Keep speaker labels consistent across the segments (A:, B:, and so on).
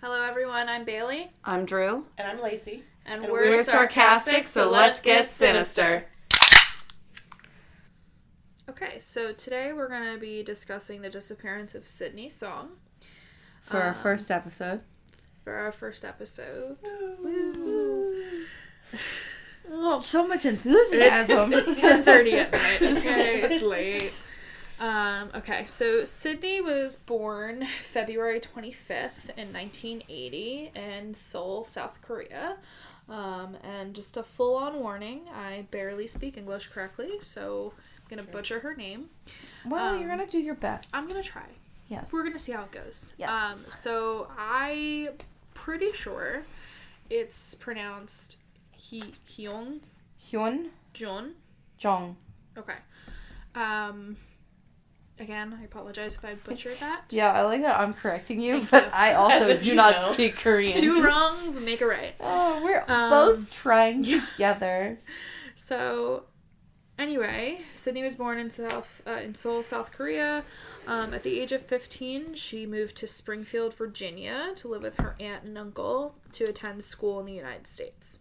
A: Hello, everyone. I'm Bailey,
B: I'm Drew.
C: And I'm Lacey.
A: and,
C: And
A: we're,
C: we're
A: sarcastic, so let's get sinister. Okay, so today we're going to be discussing the disappearance of Sydney Song
B: For our
A: Um,
B: first episode,
A: for our first episode.
B: oh, so much
A: It's,
B: enthusiasm!
A: it's 10.30 at night, okay? It's late. Um, okay, so Sydney was born February 25th in 1980 in Seoul, South Korea. Um, and just a full on warning I barely speak English correctly, so I'm going to butcher her name.
B: well,
A: um,
B: you're gonna do your best.
A: I'm going to try.
B: yes.
A: We're going to see how it goes.
B: Yes.
A: Um, so i pretty sure it's pronounced He Hyun
B: Hyun
A: Jun.
B: Jong.
A: Okay. Um. Again, I apologize if I butchered that.
B: Yeah, I like that I'm correcting you,
A: Thank
B: but
A: you.
B: I also
C: But
B: do
C: you
B: not
C: know.
B: speak Korean.
A: Two wrongs make a right.
B: Oh, we're
A: Um,
B: both trying
A: yes.
B: together.
A: So, anyway, Sydney was born in South uh, in Seoul, South Korea. Um, at the age of fifteen, she moved to Springfield, Virginia, to live with her aunt and uncle to attend school in the United States.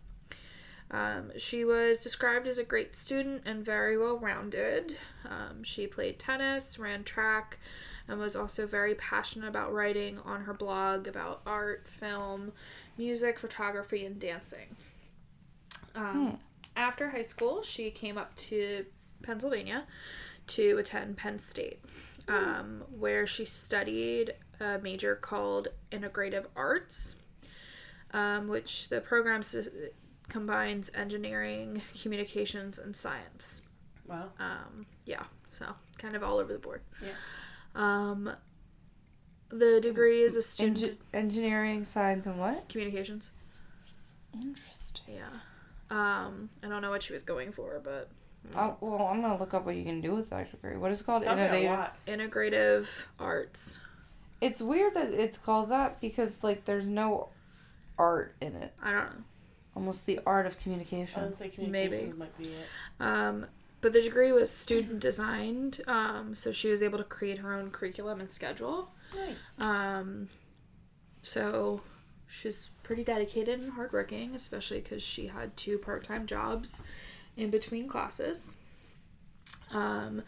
A: Um, she was described as a great student and very well rounded. Um, she played tennis, ran track, and was also very passionate about writing on her blog about art, film, music, photography, and dancing. Um, After high school, she came up to Pennsylvania to attend Penn State, um, where she studied a major called Integrative Arts, um, which the program s- combines engineering, communications, and science.
C: Wow.
A: Um, yeah, so kind of all over the board.
C: Yeah.
A: Um, the degree is a student
B: Eng- engineering, science, and what?
A: communications.
B: Interesting.
A: Yeah. Um, I don't know what she was going for, but
B: Oh, well, I'm gonna look up what you can do with that degree. What is it called?
C: Sounds like a
B: Innovative.
C: lot.
A: integrative arts.
B: it's weird that it's called that because like there's no art in it,
A: I don't know.
B: almost the art of communication.
C: Honestly,
A: Maybe.
C: communications might be it.
A: Um, but the degree was student designed, um, so she was able to create her own curriculum and schedule.
C: Nice.
A: Um, so she's pretty dedicated and hardworking, especially because she had two part time jobs in between classes. Um,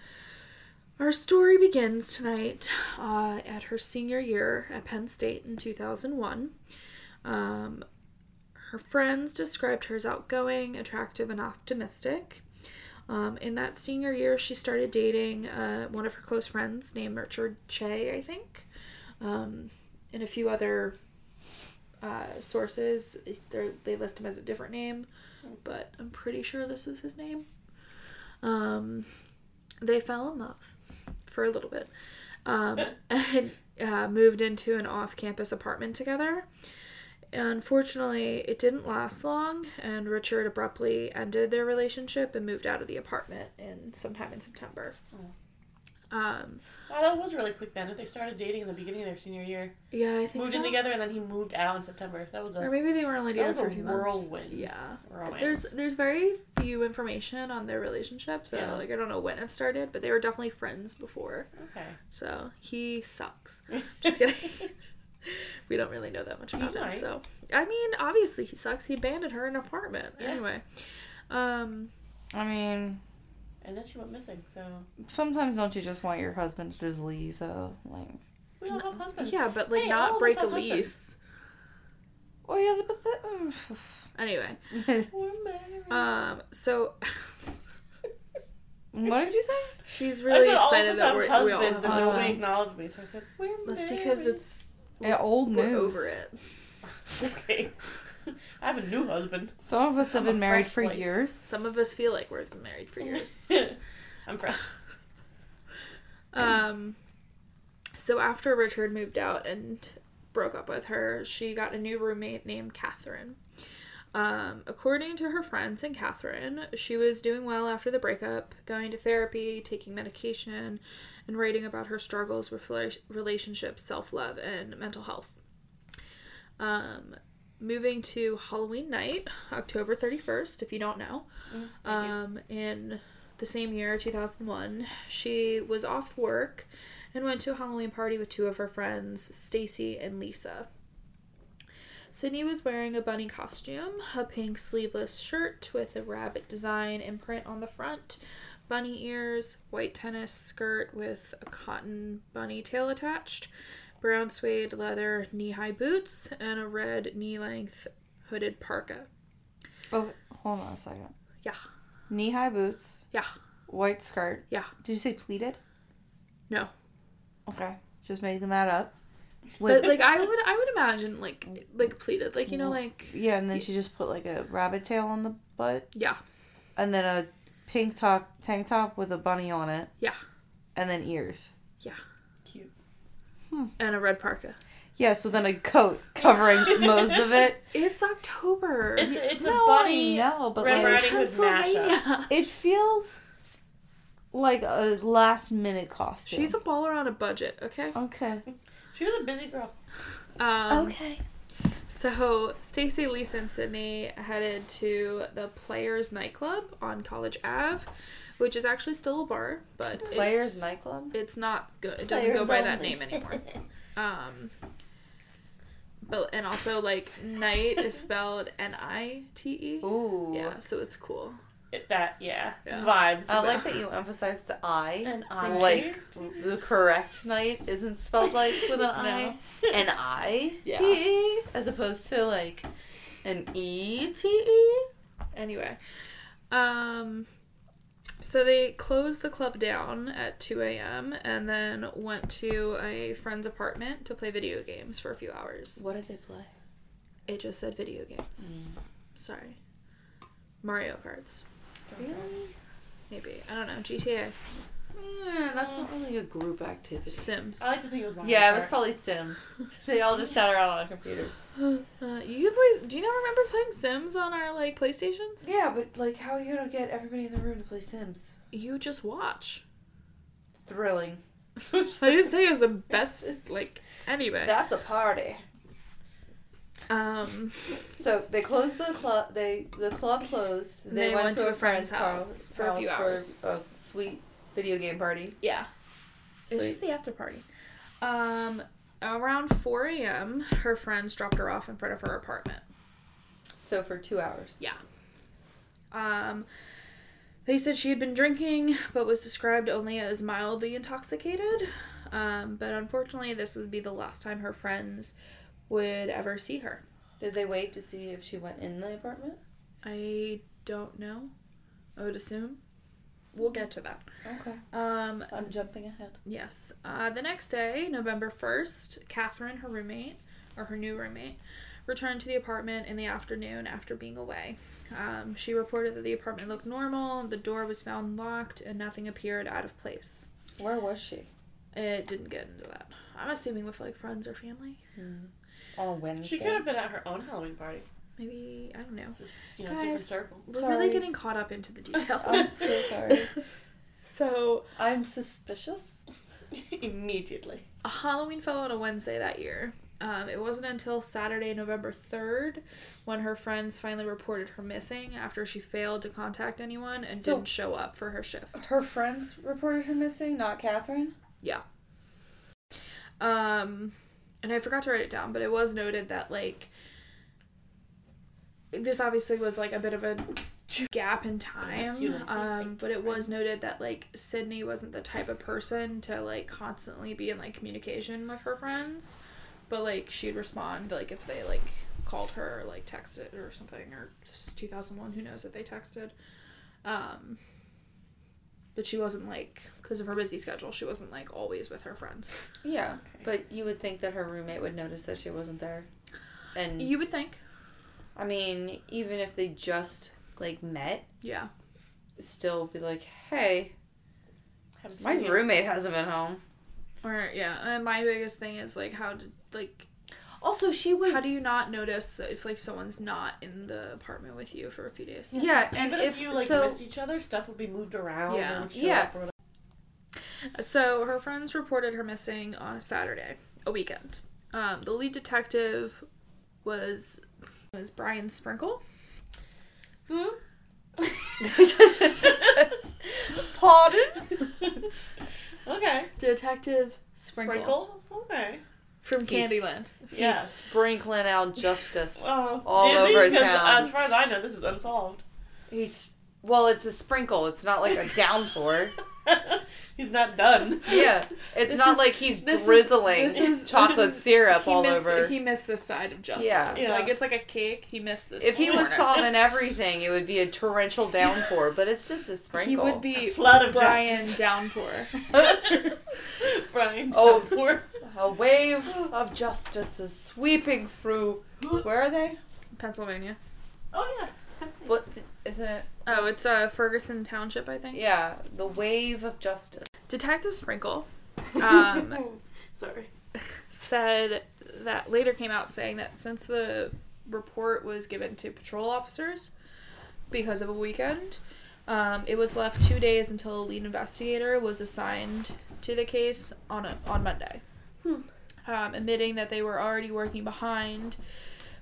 A: our story begins tonight uh, at her senior year at Penn State in 2001. Um, her friends described her as outgoing, attractive, and optimistic. Um, in that senior year, she started dating uh, one of her close friends named Richard Che, I think um, and a few other uh, sources. They're, they list him as a different name, but I'm pretty sure this is his name. Um, they fell in love for a little bit um, and uh, moved into an off campus apartment together. Unfortunately, it didn't last long, and Richard abruptly ended their relationship and moved out of the apartment in sometime in September.
C: Oh.
A: Um,
C: Wow, that was really quick then. If they started dating in the beginning of their senior year,
A: yeah, I think
C: moved
A: so.
C: in together, and then he moved out in September. That was
A: Or
C: a
A: maybe they were only
C: That
A: together
C: was
A: for
C: a
A: a few months.
C: whirlwind
A: Yeah.
C: romance.
A: There's there's very few information on their relationship, so
C: Yeah.
A: like I don't know when it started, but they were definitely friends before.
C: okay.
A: So he sucks. Just kidding. we don't really know that much about him.
C: might.
A: So I mean, obviously he sucks. He abandoned her in an apartment.
C: Yeah.
A: Anyway. Um
B: I mean,
C: and then she went missing. So
B: sometimes don't you just want your husband to just leave though? Like,
C: we all have husbands.
A: yeah, but like
C: Hey, all of
A: not
C: us
A: break a
C: have husbands.
A: lease.
B: oh yeah, but that.
A: Anyway.
C: We're married.
A: Um so
B: what did you say?
A: she's
C: I
A: really
C: said all of
A: excited
C: us
A: that
C: have
A: we're, we all have
C: husbands, and nobody
B: husbands.
C: acknowledged me. So I said, "We're married."
A: That's because it's
B: Yeah, old
A: we're
B: news.
A: over it.
C: okay. I have a new husband.
B: Some of us have
C: I'm a
B: been married
C: fresh
B: for
C: wife.
B: years.
A: Some of us feel like we've been married for years.
C: I'm fresh.
A: Um, so after Richard moved out and broke up with her, she got a new roommate named Catherine. Um, according to her friends and Catherine, she was doing well after the breakup, going to therapy, taking medication, and writing about her struggles with rela- relationships, self love, and mental health. Um, moving to Halloween night, October 31st, if you don't know, um, in the same year, 2001, she was off work and went to a Halloween party with two of her friends, Stacy and Lisa. Sydney was wearing a bunny costume, a pink sleeveless shirt with a rabbit design imprint on the front, bunny ears, white tennis skirt with a cotton bunny tail attached, brown suede leather knee high boots, and a red knee length hooded parka.
D: Oh, hold on a second.
A: Yeah.
D: Knee high boots,
A: Yeah.
D: white skirt.
A: Yeah.
D: Did you say pleated?
A: No.
D: Okay. Just making that up. With,
A: But like I would I would imagine like like pleated. Like you know like
D: yeah, and then she just put like a rabbit tail on the butt
A: yeah.
D: and then a pink top tank top with a bunny on it.
A: Yeah.
D: And then ears.
C: Cute.
A: And a red parka.
D: Yeah, so then a coat covering most of it.
A: It's October.
C: It's, it's
D: No, I
C: a bunny.
D: know, but,
C: Red
D: like-
C: Riding Hood mashup.
A: Pennsylvania.
D: It feels like a last minute costume.
A: She's a baller on a budget, okay?
D: Okay.
C: She was a busy girl.
A: Um,
D: okay.
A: So Stacy, Lisa, and Sydney headed to the Players nightclub on College Ave, which is actually still a bar, but
D: Players
A: it's,
D: nightclub?
A: it's not good. It doesn't go
C: Players
A: by that
C: only.
A: name anymore. Um, but and also like night is spelled N I T E.
D: Ooh.
A: Yeah, so it's cool.
C: It- that yeah,
A: Yeah.
C: vibes.
D: I like that you emphasized the I.
C: and I
D: Like the correct night isn't spelled like with an I.
C: No.
D: An I T E
A: Yeah.
D: as opposed to like an E T E.
A: Anyway, um, so they closed the club down at 2 a.m. and then went to a friend's apartment to play video games for a few hours.
D: What did they play?
A: It just said video games. Sorry. Mario Karts.
D: Really?
A: Maybe. I don't know. GTA.
D: Mm, that's not really a group activity.
A: Sims.
C: I like to think it was. Mario
D: Yeah, it was
C: Kart.
D: probably Sims. They all just sat around on their computers.
A: Uh, you could play. Do you not remember playing Sims on our like PlayStations?
D: Yeah, but like, how are you gonna get everybody in the room to play Sims?
A: You just watch.
D: Thrilling.
A: I just say it was the best. Like anyway.
D: That's a party.
A: Um.
D: So they closed the club. They the club closed. They, went, to, a friend's, house,
A: for a few hours.
D: for a sweet video game party.
A: Yeah. It's
D: Sweet.
A: just the after party. Um, around 4 a.m., her friends dropped her off in front of her apartment.
D: So for two hours.
A: Yeah. Um, they said she had been drinking, but was described only as mildly intoxicated. Um, but unfortunately, this would be the last time her friends would ever see her.
D: Did they wait to see if she went in the apartment?
A: I don't know. I would assume. We'll get to that.
D: Okay.
A: Um,
D: I'm jumping ahead.
A: Yes. Uh, the next day, November 1st, Catherine, her roommate, or her new roommate, returned to the apartment in the afternoon after being away. Um, she reported that the apartment looked normal, the door was found locked, and nothing appeared out of place.
D: Where was she?
A: It didn't get into that. I'm assuming with like friends or family.
D: Hmm. On Wednesday.
C: She could have been at her own Halloween party.
A: Maybe, I don't know.
C: You know, different
A: Guys.
C: circle.
A: We're
D: Sorry. Um,
A: really getting caught up into the details.
D: I'm so sorry.
A: so,
D: I'm suspicious.
C: Immediately.
A: Halloween fell on a Wednesday that year. Um, it wasn't until Saturday, November 3rd, when her friends finally reported her missing after she failed to contact anyone and
D: So-
A: didn't show up for her shift.
D: Her friends reported her missing, not Catherine.
A: Um, and I forgot to write it down, but it was noted that, like, this obviously was like a bit of a gap in
C: Bless you,
A: time.
C: Lacey. Thank you,
A: Um, but it was
C: friends.
A: noted that, like, Sydney wasn't the type of person to, like, constantly be in, like, communication with her friends. but like she'd respond like if they like called her or like texted or something or this is 2001 who knows if they texted um but she wasn't like because of her busy schedule she wasn't like always with her friends
D: Yeah,
C: Okay.
D: but you would think that her roommate would notice that she wasn't there. And
A: you would think
D: I mean, even if they just like met,
A: yeah
D: still be like, "Hey,
C: Haven't
D: my
C: seen you.
D: roommate hasn't been home."
A: or yeah and my biggest thing is like how did like
D: Also, she would.
A: how do you not notice that if like someone's not in the apartment with you for a few days
D: yeah, and
C: Even
D: if,
C: if, you like
D: so,
C: missed each other, stuff would be moved around.
A: Yeah.
C: and would show
D: Yeah.
C: up or whatever.
A: So her friends reported her missing on a Saturday, a weekend. Um, the lead detective was was Brian Sprinkle.
D: pardon.
C: Hmm? okay.
A: Detective Sprinkle.
C: Sprinkle. Okay.
A: from
D: He's-
A: Candyland.
C: Yeah.
D: He's sprinkling out justice.
C: Oh,
D: All
C: is he?
D: over his
C: 'Cause,
D: town.
C: As far as I know, this is unsolved.
D: He's well, it's a sprinkle. It's not like a downpour.
C: He's not done.
D: yeah, it's
A: This
D: not
A: is-
D: like he's
A: this is-
D: drizzling
A: this is- this
D: chocolate
A: is-
D: syrup
A: he
D: all
A: missed,
D: over.
A: He missed this side of justice.
D: Yeah.
C: Yeah.
A: Like it's like a cake. He missed this.
D: if he was
A: corner.
D: solving everything, it would be a torrential downpour. But it's just a sprinkle.
A: he would be
C: flood of
A: Brian
C: justice.
A: Downpour.
C: Brian.
D: Oh.
C: poor.
D: A wave of justice is sweeping through. Where are they?
A: Pennsylvania.
C: Oh yeah. That's it.
D: What isn't it?
A: Oh, it's uh, Ferguson Township, I think.
D: Yeah, the wave of justice.
A: Detective Sprinkle um,
C: Sorry.
A: said that later came out saying that since the report was given to patrol officers because of a weekend, um, it was left two days until a lead investigator was assigned to the case on a, on Monday,
C: Hmm.
A: um, admitting that they were already working behind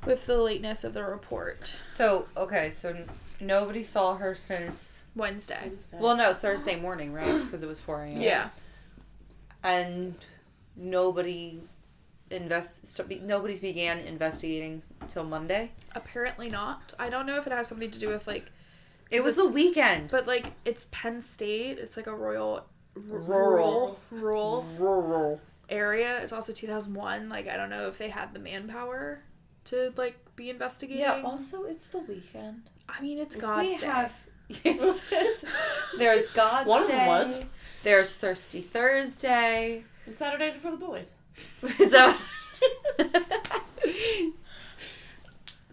A: with the lateness of the report
D: So okay, so n- nobody saw her since.
A: Wednesday.
D: Well, no, Thursday morning, right? Because it was four a.m.
A: Yeah,
D: and nobody invest. st- Nobody's began investigating till Monday.
A: apparently not. I don't know if it has something to do with like
D: It
A: 'Cause
D: was
A: it's-
D: the weekend.
A: But like it's Penn State. It's like a royal r-
D: Rural.
A: rural rural
D: Rural.
A: area. It's also 2001. Like I don't know if they had the manpower to like be investigating.
D: Yeah. Also, it's the weekend.
A: I mean, it's God's
D: we
A: day.
D: have. Yes. There's God's
C: One of
D: Day.
C: them was.
D: There's Thirsty Thursday.
C: And Saturdays are for the boys.
D: Is that?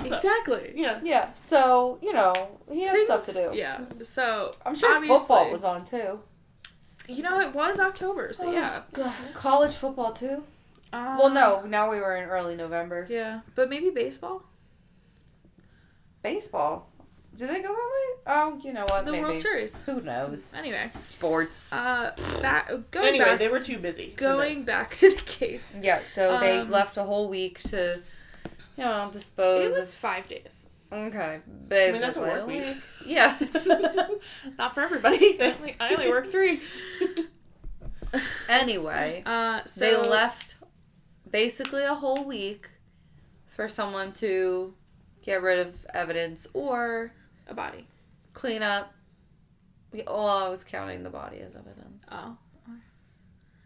A: exactly.
C: Yeah.
D: yeah. So you know he had stuff to
A: Things-
D: do.
A: Yeah. So
D: I'm sure football
A: obviously-
D: was on too.
A: You know, it was October. So yeah.
D: College football too.
A: Um,
D: Well, no. Now we were in early November.
A: Yeah, but maybe baseball.
D: Baseball. Do they go that way? Oh, you know what?
A: The
D: maybe.
A: World Series.
D: Who knows?
A: Anyway.
D: Sports.
A: Uh, back going
C: Anyway,
A: back
C: they were too busy. for
A: going
C: this.
A: back to the case.
D: yeah. So they
A: um,
D: left a whole week to, you know, dispose.
A: It was five days.
D: Of, okay.
C: I mean, that's
D: basically.
C: a work week.
D: oh, Yeah.
A: Not for everybody. I only- I only work three.
D: anyway,
A: Uh, so
D: they left basically a whole week for someone to get rid of evidence or
A: a body.
D: clean up. We- Oh, I was counting the body as evidence.
C: Uh.
A: Oh,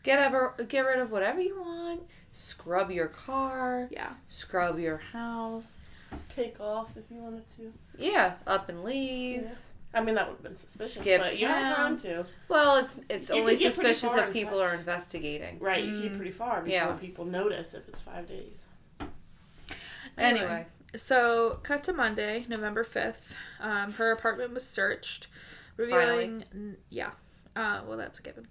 D: Get ever get rid of whatever you want. Scrub your car.
A: yeah.
D: Scrub your house.
C: Take off if you wanted to.
D: Yeah, up and leave.
C: Yeah. I mean, that would have been suspicious,
D: Skip
C: but you had
D: town.
C: time to.
D: Well, it's it's
C: You can
D: only
C: get pretty
D: suspicious
C: far
D: if
C: in
D: people are investigating.
C: Right, you keep
A: Mm.
C: pretty far before
D: Yeah.
C: people notice if it's five days.
D: Anyway,
A: So, cut to Monday, November 5th. Um, her apartment was searched, revealing. n- Yeah. Uh, well, that's a given.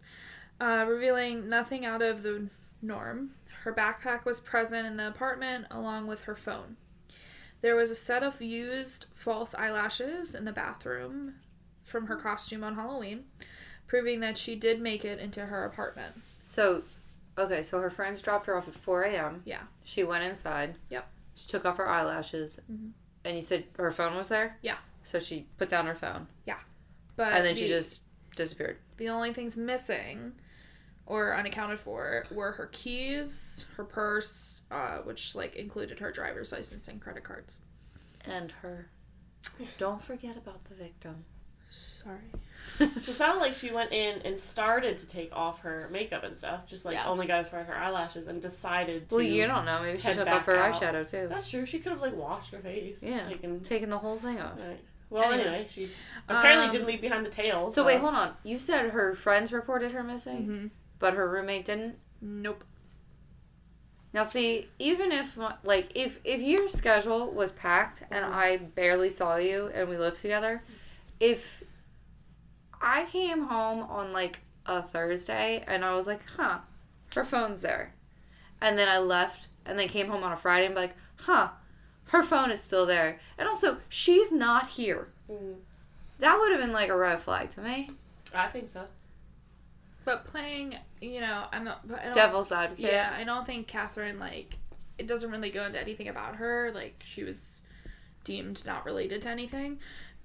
A: Uh, revealing nothing out of the norm. Her backpack was present in the apartment along with her phone. There was a set of used false eyelashes in the bathroom from
D: Hmm.
A: her costume on Halloween, proving that she did make it into her apartment.
D: so okay, so her friends dropped her off at four a.m.
A: Yeah.
D: She went inside.
A: Yep.
D: She took off her eyelashes,
C: Mm-hmm.
A: Mhm.
D: and you said her phone was there.
A: Yeah.
D: So she put down her phone,
A: But
D: and then she
A: the-
D: just disappeared.
A: The only things missing or unaccounted for were her keys, her purse, uh, which like included her driver's license and credit cards.
D: And her. Don't forget about the victim.
A: Sorry.
C: So it sounded like she went in and started to take off her makeup and stuff, just like
A: Yeah.
C: only got as far as her eyelashes and decided to.
D: Well, you don't know. Maybe she
C: head
D: took off her
C: back out.
D: eyeshadow too.
C: That's true. She could have like washed her face.
D: Yeah.
C: Taken.
D: Taking the whole thing off.
C: Right. Well,
A: Anyway.
C: anyway, she apparently
A: Um,
C: didn't leave behind the tail.
D: So wait, hold on. You said her friends reported her missing,
A: Mm-hmm.
D: but her roommate didn't.
A: Nope.
D: Now see, even if my- like if if your schedule was packed and
A: Mm-hmm.
D: I barely saw you and we lived together, if I came home on like a Thursday and I was like, "Huh, her phone's there." And then I left and then came home on a Friday and be like, "Huh, her phone is still there." And also, she's not here.
C: Mm,
D: That would have been like a red flag to me.
C: I think so.
A: But playing, you know, I'm not. But I don't,
D: Devil's advocate.
A: Yeah, I don't think Catherine like. It doesn't really go into anything about her. Like she was deemed not related to anything.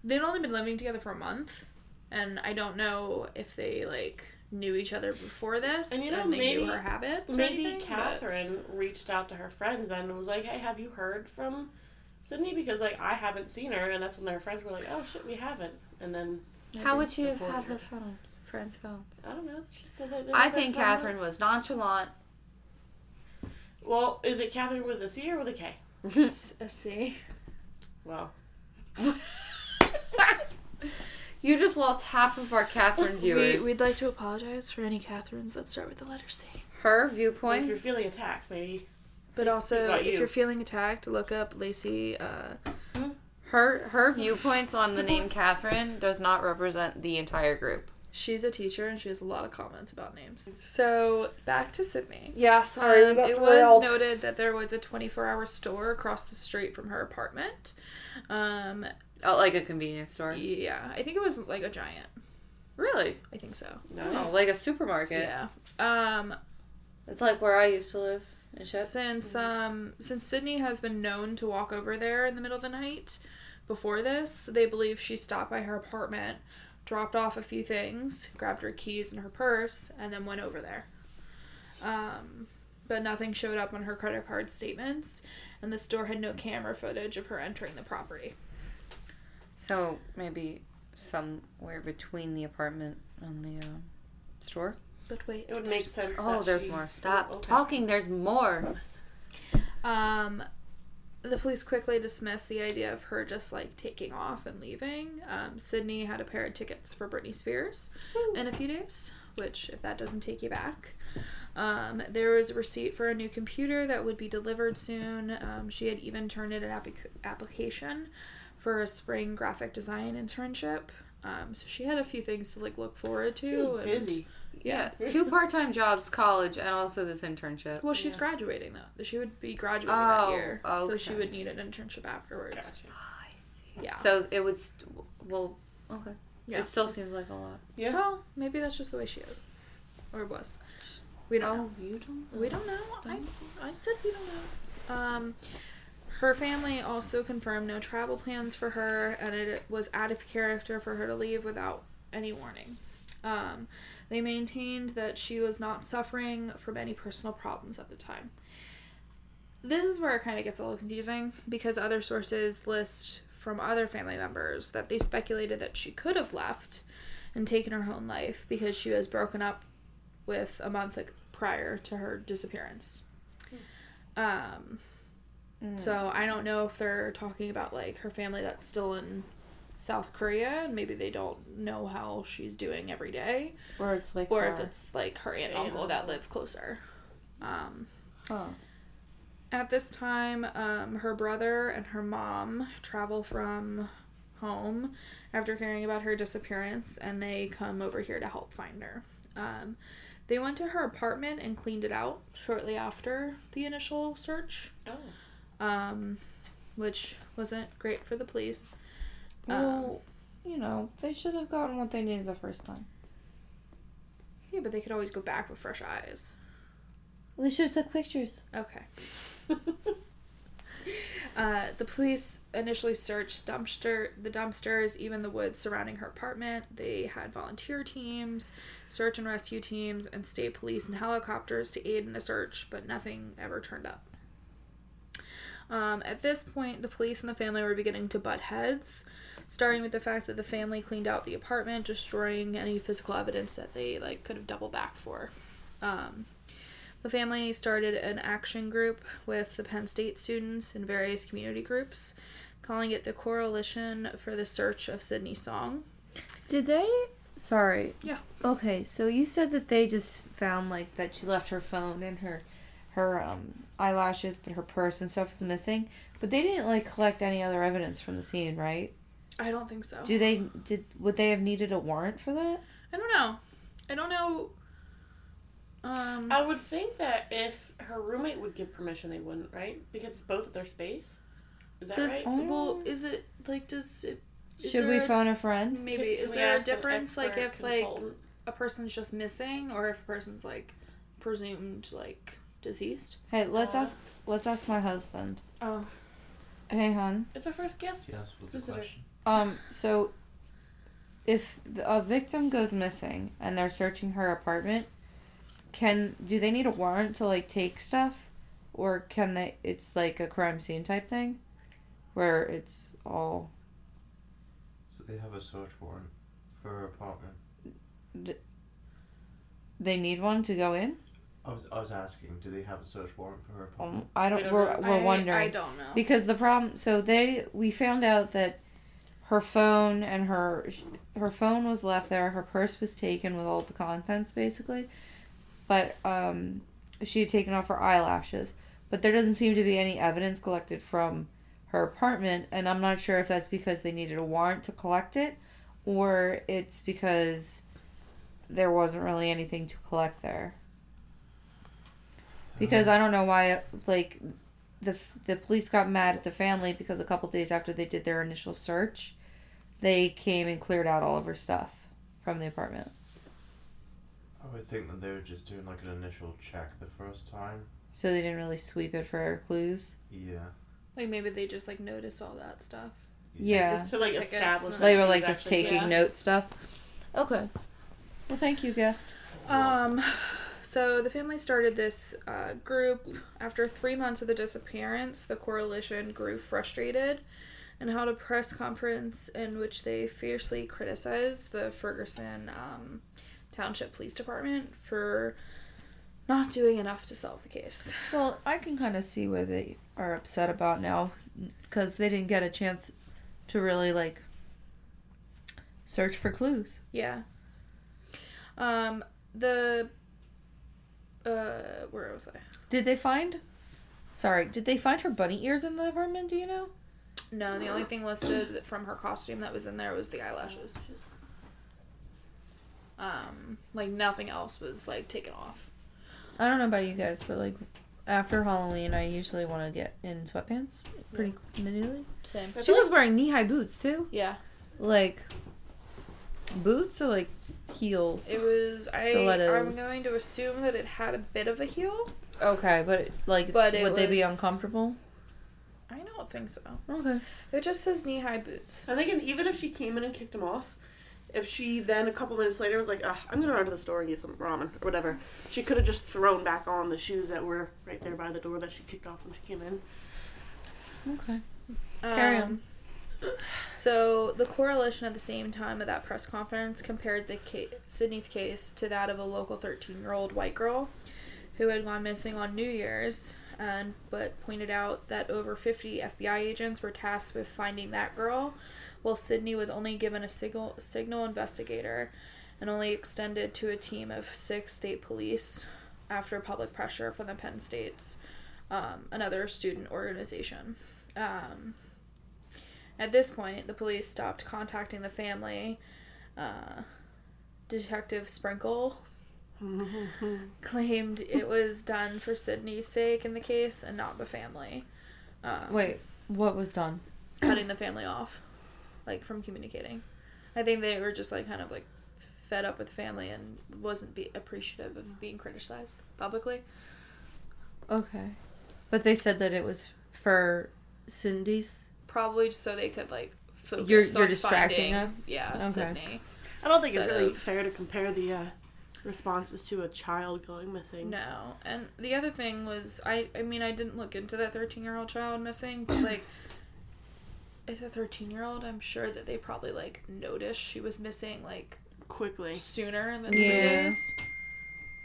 A: They'd only been living together for a month, and I don't know if they like knew each other before this
C: And
A: and,
C: you know,
A: they knew
C: maybe-
A: her habits. or
C: Maybe
A: anything, but-
C: Catherine reached out to her friends then and was like, "Hey, have you heard from Sydney? Because like I haven't seen her." And that's when their friends were like, "Oh shit, we haven't." And then
D: How
A: maybe.
D: would she have
C: before
D: had
C: we
D: her
C: did.
D: phone? Friend's phone.
C: I don't know. So they- they
D: I
C: never
D: think
C: found out.
D: Catherine was nonchalant.
C: Well, is it Catherine with a C or with a K?
A: S- a C?
C: Well,
D: you just lost half of our Catherine
A: We,
D: viewers.
A: we'd like to apologize for any Catherines that start with the letter C.
D: her
C: if
D: viewpoint.
C: you're feeling attacked, maybe.
A: But also,
C: about
A: if
C: you?
A: you're feeling attacked, look up Lacey. Uh,
D: her her viewpoints on the name Catherine does not represent the entire group.
A: she's a teacher and she has a lot of comments about names. So back to Sydney.
D: Yeah,
A: Um, it was noted that there was a 24-hour store across the street from her apartment. Um,
D: oh, like a convenience store.
A: yeah, I think it was like a giant.
D: Really?
A: I think so.
D: Oh,
C: No.
D: like a supermarket.
A: Yeah. Um,
D: It's like where I used to live and shit.
A: since um since Sydney has been known to walk over there in the middle of the night before this, they believe she stopped by her apartment, dropped off a few things, grabbed her keys and her purse, and then went over there. Um but nothing showed up on her credit card statements, and the store had no camera footage of her entering the property.
D: So maybe somewhere between the apartment and the uh, store.
A: But wait,
C: It would make sense.
D: Oh,
C: that
D: there's
C: she-
D: more. Stop
C: Oh, okay.
D: talking. There's more.
A: Um, the police quickly dismissed the idea of her just like taking off and leaving. Um, Sydney had a pair of tickets for Britney Spears in a few days, which, if that doesn't take you back, um, there was a receipt for a new computer that would be delivered soon. Um, she had even turned in an applic- application for a spring graphic design internship. Um, so she had a few things to like look forward to.
C: She was
A: and-
C: busy.
D: Yeah, two part-time jobs, college, and also this internship.
A: Well, she's graduating though. She would be graduating that
D: Oh,
A: year, so she
D: okay.
A: would need an internship afterwards.
C: Gotcha.
D: I see.
A: Yeah.
D: So it would. St- well, okay.
A: Yeah.
D: It still seems like a lot.
C: Yeah.
A: Well, maybe that's just the way she is, or was. We don't. know.
D: Oh, you don't.
A: We don't know. I, I said we don't know. Um, her family also confirmed no travel plans for her, and it was out of character for her to leave without any warning. Um, they maintained that she was not suffering from any personal problems at the time. This is where it kind of gets a little confusing because other sources list from other family members that they speculated that she could have left and taken her own life because she was broken up with a month ag- prior to her disappearance. Um,
D: Mm.
A: So I don't know if they're talking about like her family that's still in South Korea and maybe they don't know how she's doing every day,
B: Or it's like.
A: or if
B: her.
A: it's like her aunt and
C: Aunt and
A: uncle that
C: uncle.
A: live closer. Um,
B: Huh.
A: at this time, um, her brother and her mom travel from home after hearing about her disappearance and they come over here to help find her. Um, they went to her apartment and cleaned it out shortly after the initial search,
C: Oh.
A: um, which wasn't great for the police. Um,
B: Well, you know, they should have gotten what they needed the first time.
A: yeah, but they could always go back with fresh eyes.
B: They should have took pictures.
A: Okay. Uh, the police initially searched dumpster the dumpsters, even the woods surrounding her apartment. They had volunteer teams, search and rescue teams, and state police and helicopters to aid in the search, but nothing ever turned up. Um, at this point, the police and the family were beginning to butt heads, starting with the fact that the family cleaned out the apartment, destroying any physical evidence that they like could have doubled back for. Um, the family started an action group with the Penn State students and various community groups, calling it the Coalition for the Search of Sydney Song.
B: Did they? Sorry.
A: Yeah.
B: Okay, so you said that they just found like that she left her phone and her her um eyelashes, but her purse and stuff was missing. But they didn't like collect any other evidence from the scene, right?
A: I don't think so.
B: Do they did would they have needed a warrant for that?
A: I don't know. I don't know. Um,
C: I would think that if her roommate would give permission, they wouldn't, right? Because it's both of their space. Is that
A: does
C: right?
B: I don't
A: well
B: know.
A: is it like does it is
B: should we
A: there a-
B: phone a friend?
A: maybe
C: Can-
A: is
C: can we
A: there a
C: ask an
A: difference like
C: expert
A: if like
C: consultant?
A: a person's just missing or if a person's like presumed like deceased?
B: Hey, let's
C: Uh,
B: ask let's ask my husband.
A: Oh,
B: Hey, hon.
C: it's our first guest
E: Yes, what's the
C: visitor.
E: question?
B: Um, so
D: Um, if the- a victim goes missing and they're searching her apartment, can do they need a warrant to like take stuff, or can they? It's like a crime scene type thing, where it's all
E: So they have a search warrant for her apartment.
D: they need one to go in.
E: I was, I was asking, do they have a search warrant for her apartment?
D: Um, I don't.
C: I don't
D: we're
C: know.
D: we're
A: I, I
D: wondering.
A: don't know.
D: Because the problem, so they we found out that her phone and her her phone was left there. Her purse was taken with all the contents, basically. But um, she had taken off her eyelashes. But there doesn't seem to be any evidence collected from her apartment, and I'm not sure if that's because they needed a warrant to collect it, or it's because there wasn't really anything to collect there. Because I don't know why, like, the the police got mad at the family because a couple days after they did their initial search, they came and cleared out all of her stuff from the apartment.
E: I would think that they were just doing like an initial check the first time.
D: So they didn't really sweep it for clues.
E: Yeah.
A: Like maybe they just like notice all that stuff.
D: Yeah.
C: To like
A: Tickets,
C: establish.
A: no.
D: They
C: that
D: were
C: she
D: like
C: was
D: just
C: actually-
D: taking
A: yeah.
D: note stuff. Okay. Well, thank you, guest.
A: Um, so the family started this uh, group. After three months of the disappearance, the coalition grew frustrated and held a press conference in which they fiercely criticized the Ferguson um, Township Police Department for not doing enough to solve the case.
D: Well, I can kind of see what they are upset about now because they didn't get a chance to really like search for clues.
A: Yeah. Um, the. Uh, where was I?
D: Did they find? Sorry, did they find her bunny ears in the apartment? Do you know?
A: No, the only thing listed from her costume that was in there was the eyelashes. Um, like nothing else was like taken off.
D: I don't know about you guys, but like after Halloween, I usually want to get in sweatpants pretty minutely.
A: Same.
C: I
D: She
C: feel
D: was wearing knee high boots too,
A: Yeah,
D: like boots or like heels.
A: it was. I I'm
D: Stilettos.
A: going to assume that it had a bit of a heel.
D: Okay, but like,
A: But it
D: would they be
A: was-
D: uncomfortable?
A: I don't think so.
D: Okay,
A: It just says knee high boots.
C: I think and even if she came in and kicked him off, if she then a couple minutes later was like, Ugh, I'm gonna run to the store and get some ramen or whatever, she could have just thrown back on the shoes that were right there by the door that she kicked off when she came in.
D: okay. Carry on.
A: Um, So the correlation at the same time of that press conference compared the ca- Sydney's case to that of a local 13-year-old white girl who had gone missing on New Year's, and but pointed out that over 50 FBI agents were tasked with finding that girl, while Sydney was only given a signal signal investigator, and only extended to a team of six state police after public pressure from the Penn State's um, another student organization. Um, at this point, the police stopped contacting the family. Uh, Detective Sprinkle claimed it was done for Sydney's sake in the case and not the family. Um,
D: Wait, what was done?
A: cutting the family off, like from communicating. I think they were just like kind of like fed up with the family and wasn't be appreciative of being criticized publicly.
D: Okay, but they said that it was for Cindy's.
A: Probably just so they could like focus
D: You're-
A: on
D: you're distracting
A: finding,
D: us?
A: Yeah,
D: Okay.
A: Sydney.
C: I don't think it's
A: Sort
C: really
A: of.
C: fair to compare the uh, responses to a child going missing.
A: No, and the other thing was, I I mean, I didn't look into that thirteen year old child missing, but like, as a thirteen year old, I'm sure that they probably like noticed she was missing like
C: Quickly.
A: sooner than three
D: Yeah.
A: days.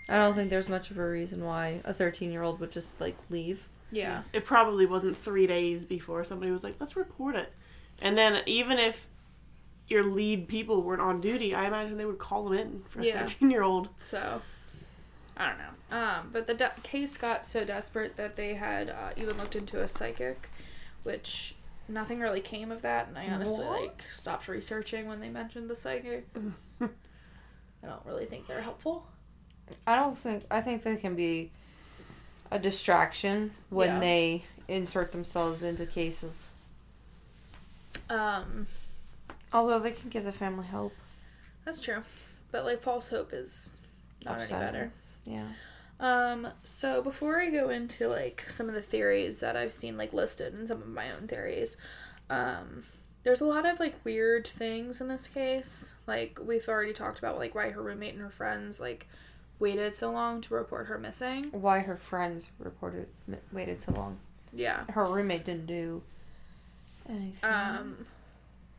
D: I don't think there's much of a reason why a 13 year old would just like leave.
A: Yeah,
C: It probably wasn't three days before somebody was like, let's report it. And then even if your lead people weren't on duty, I imagine they would call them in for a
A: Yeah.
C: 13 year old.
A: so. I don't know. Um, but the de- case got so desperate that they had uh, even looked into a psychic, which nothing really came of that. And I honestly
D: What?
A: like stopped researching when they mentioned the psychic. 'cause I don't really think they're helpful.
D: I don't think I think they can be a distraction when
A: Yeah.
D: they insert themselves into cases.
A: Um,
D: Although they can give the family hope.
A: That's true. But like false hope is not any
D: Upsetting.
A: better.
D: Yeah.
A: Um, so before I go into like some of the theories that I've seen like listed and some of my own theories, um, There's a lot of like weird things in this case. Like we've already talked about like why her roommate and her friends like waited so long to report her missing.
B: Why her friends reported m- waited so long.
A: Yeah.
B: Her roommate didn't do anything.
C: Mm-hmm.
A: Um,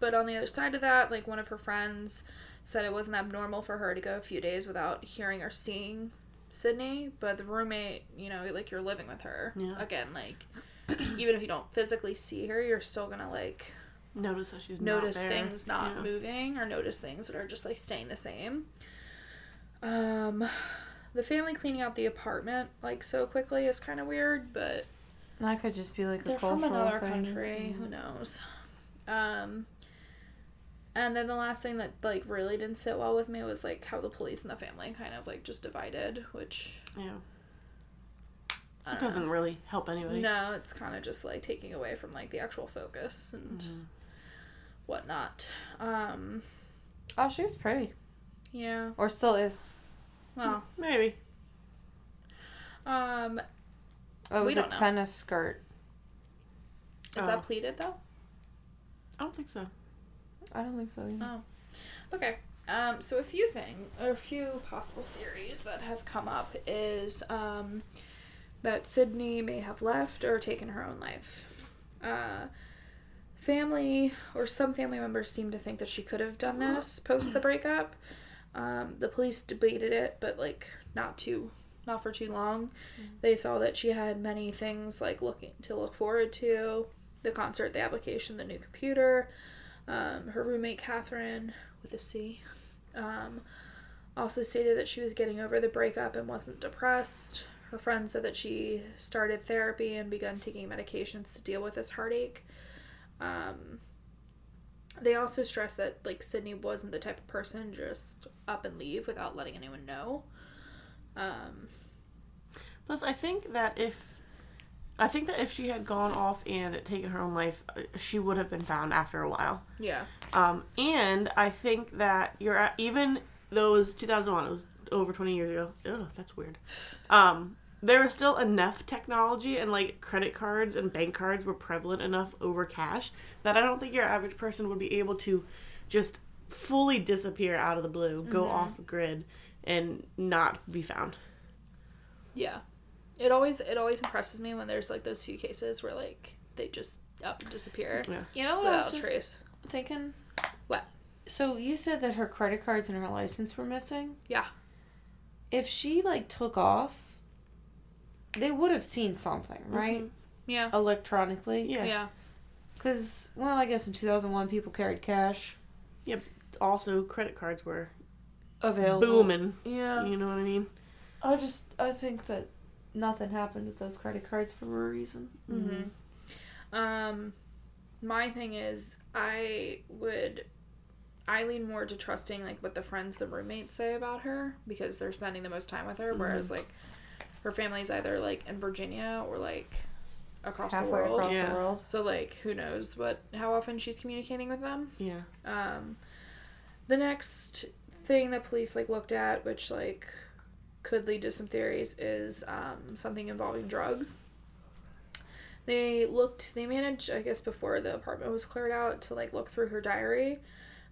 A: but on the other side of that, like one of her friends said it wasn't abnormal for her to go a few days without hearing or seeing Sydney, but the roommate, you know, like you're living with her.
C: Yeah.
A: Again, like even if you don't physically see her, you're still gonna like
C: Notice that she's
A: notice
C: not there.
A: things not
C: Yeah.
A: moving or notice things that are just like staying the same. Um the family cleaning out the apartment like so quickly is kind of weird, but
B: that could just be like a
A: they're
B: cultural
A: from another
B: thing.
A: country.
C: Mm-hmm.
A: Who knows? Um, and then the last thing that like really didn't sit well with me was like how the police and the family kind of like just divided, which
C: Yeah,
A: I
C: it
A: don't know.
C: doesn't really help anybody.
A: No, it's kind of just like taking away from like the actual focus and
C: Mm-hmm.
A: whatnot. Um,
B: Oh, she was pretty,
A: yeah.
B: or still is.
A: Well,
C: Maybe. Hmm.
A: um,
B: Oh, it
A: We
B: was a
A: don't know.
B: tennis skirt.
A: is
C: Oh.
A: that pleated though?
C: I don't think so.
B: I don't think so. either.
A: Oh. Okay. Um, so a few thing or a few possible theories that have come up is um, that Sydney may have left or taken her own life. Uh, family or some family members seem to think that she could have done this post the breakup. Um, the police debated it, but like not too, not for too long. They saw that she had many things like looking to look forward to, the concert, the application, the new computer um, her roommate Catherine with a C um, also stated that she was getting over the breakup and wasn't depressed. Her friend said that she started therapy and begun taking medications to deal with this heartache. Um, they also stressed that like Sydney wasn't the type of person to just up and leave without letting anyone know. Um,
C: Plus, I think that if I think that if she had gone off and taken her own life, uh, she would have been found after a while.
A: yeah,
C: Um, and I think that you're at, even though it was 2001, it was over 20 years ago. Ugh, that's weird. Um, there was still enough technology and like credit cards and bank cards were prevalent enough over cash that I don't think your average person would be able to just fully disappear out of the blue, go off grid, and not be found.
A: yeah. It always it always impresses me when there's like those few cases where like they just up and disappear
B: You know what Oh, I was
A: without
B: just
A: trace.
B: thinking?
A: What?
B: So you said that her credit cards and her license were missing.
A: Yeah.
B: If she like took off, they would have seen something, right?
A: Yeah.
B: Electronically.
C: Mm-hmm. Yeah.
A: Mm-hmm. Yeah.
B: Because well, I guess in two thousand one, people carried cash
C: Also, credit cards were
B: available.
C: booming.
B: Yeah.
C: You know what I mean?
B: I just I think that nothing happened with those credit cards for a reason.
A: Mhm. Um, my thing is, I would, I lean more to trusting like what the friends, the roommates say about her because they're spending the most time with her, whereas
B: Mm-hmm.
A: like her family's either like in Virginia or like across the
B: Halfway
A: world.
B: across
C: Yeah.
B: the world.
A: So like, who knows what how often she's communicating with them.
C: Yeah.
A: Um, the next thing that police like looked at, which like could lead to some theories, is um, something involving drugs. They looked. They managed, I guess, before the apartment was cleared out, to like look through her diary,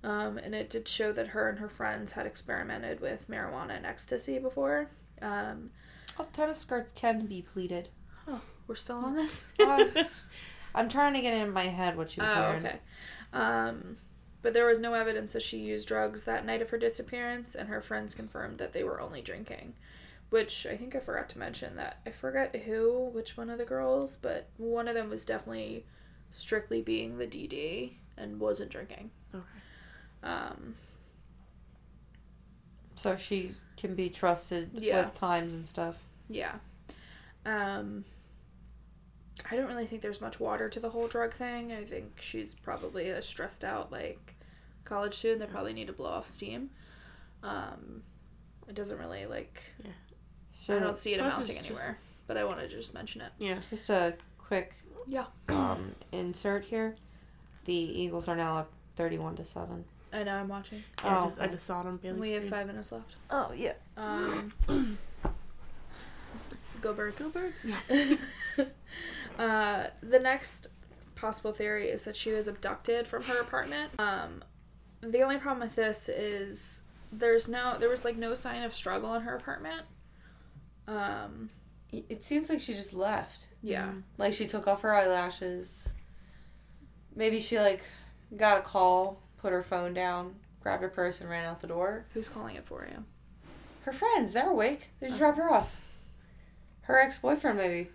A: um, and it did show that her and her friends had experimented with marijuana and ecstasy before. Um,
B: Oh, tennis skirts can be pleated.
A: we're still on this.
B: Uh, I'm trying to get in my head what she was
A: Oh,
B: wearing.
A: okay. Um, but there was no evidence that she used drugs that night of her disappearance, and her friends confirmed that they were only drinking. Which I think I forgot to mention that I forgot who, which one of the girls, but one of them was definitely strictly being the DD and wasn't drinking.
C: Okay.
A: Um,
B: So she can be trusted
A: Yeah.
B: with times and stuff.
A: yeah. Um, I don't really think there's much water to the whole drug thing. I think she's probably a stressed out like college student. They probably need to blow off steam. Um, it doesn't really like
B: So
A: I don't see it
C: Plus
A: amounting
C: it's just-
A: anywhere, but I wanted to just mention it.
C: Yeah.
B: Just a quick
A: Yeah.
B: um, insert here. The Eagles are now up thirty-one to seven.
A: I know I'm watching.
C: Yeah, I,
B: Oh,
C: just, I just saw it on Bailey's
A: we have
C: screen.
A: five minutes left.
B: Oh yeah.
A: Um, go birds.
C: Go birds.
A: uh, the next possible theory is that she was abducted from her apartment. Um, the only problem with this is there's no there was like no sign of struggle in her apartment. Um,
D: It seems like she just left.
A: yeah.
D: Like she took off her eyelashes. Maybe she like got a call, put her phone down, grabbed her purse, and ran out the door.
A: Who's calling at 4 a.m.?
D: Her friends, they're awake. They just dropped her off. Her ex boyfriend, maybe.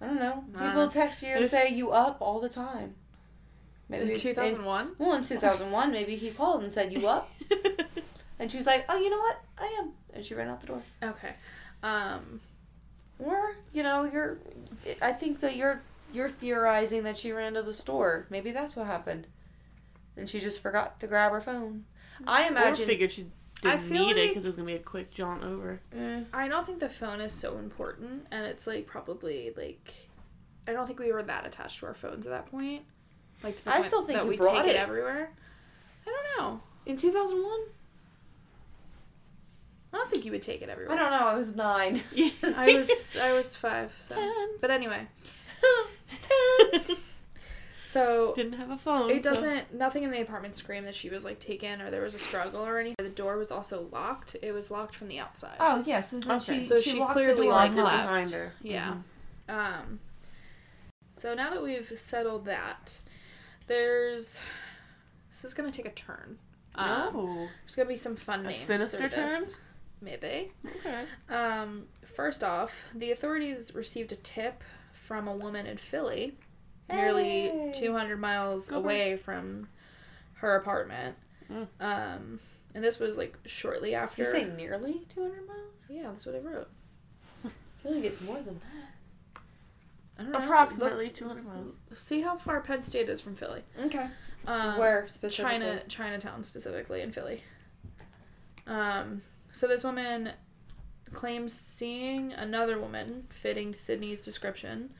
D: I don't know.
A: I don't
D: People
A: know.
D: text you and
C: If-
D: say you up all the time. Maybe
A: In
D: in-
A: 2001?
D: well, in 2001, maybe he called and said you up, and she was like, "Oh, you know what? I am," and she ran out the door.
A: Okay. Um,
D: Or you know, you're. I think that you're you're theorizing that she ran to the store. Maybe that's what happened, and she just forgot to grab her phone. I
C: I
D: imagine.
C: figured she
A: I
C: didn't need
A: feel
C: it 'cause it
A: like-
C: because it was gonna be a quick jaunt over.
D: Mm,
A: I don't think the phone is so important, and it's like probably like I don't think we were that attached to our phones at that point. Like to the
D: I
A: point
D: still think
A: that
D: you
A: we
D: brought
A: take it.
D: it.
A: everywhere. I don't know.
D: in two thousand one,
A: I don't think you would take it
D: I
A: everywhere.
D: don't know. I was nine.
A: I was I was five, so but anyway. So
C: Didn't have a phone.
A: it
C: so-
A: doesn't nothing in the apartment screamed that she was like taken or there was a struggle or anything. The door was also locked. It was locked from the outside.
B: Oh yeah, so then
C: Okay.
B: she
A: So
B: she,
A: she
B: locked
A: clearly,
B: the door
A: like,
B: and
A: left.
B: left.
C: behind her.
A: Yeah.
C: Mm-hmm.
A: Um, so now that we've settled that, there's. This is going to take a turn. Um,
C: Oh,
A: There's going to be some fun
C: A
A: names.
C: sinister
A: through this. Maybe.
C: okay.
A: Um, first off, the authorities received a tip from a woman in Philly,
D: Hey.
A: nearly 200 miles
C: Go
A: away from her apartment.
C: Mm.
A: Um, and this was like shortly after.
D: You say nearly two hundred miles?
A: yeah, that's what I wrote.
D: I feel like it's more than
A: I
D: that.
C: Oh.
A: don't know.
C: Approximately 200 miles.
A: Look- see how far Penn State is from Philly.
D: Okay.
A: Um,
D: Where specifically?
A: China Chinatown specifically in Philly. Um, so this woman claims seeing another woman fitting Sydney's description.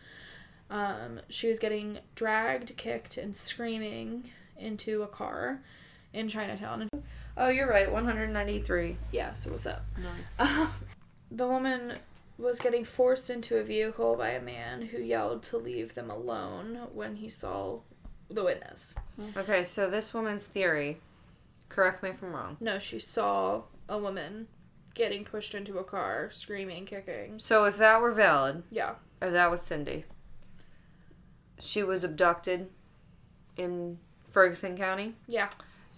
A: Um, she was getting dragged, kicked, and screaming into a car in Chinatown.
D: Oh, you're right. One hundred ninety-three.
A: Yeah, so what's up?
C: Nice.
A: Um, the woman was getting forced into a vehicle by a man who yelled to leave them alone when he saw the witness.
D: Okay, so this woman's theory. Correct me if I'm wrong.
A: No, she saw a woman getting pushed into a car, screaming, kicking.
D: So if that were valid,
A: Yeah.
D: if that was Cindy, she was abducted in Ferguson County.
A: Yeah.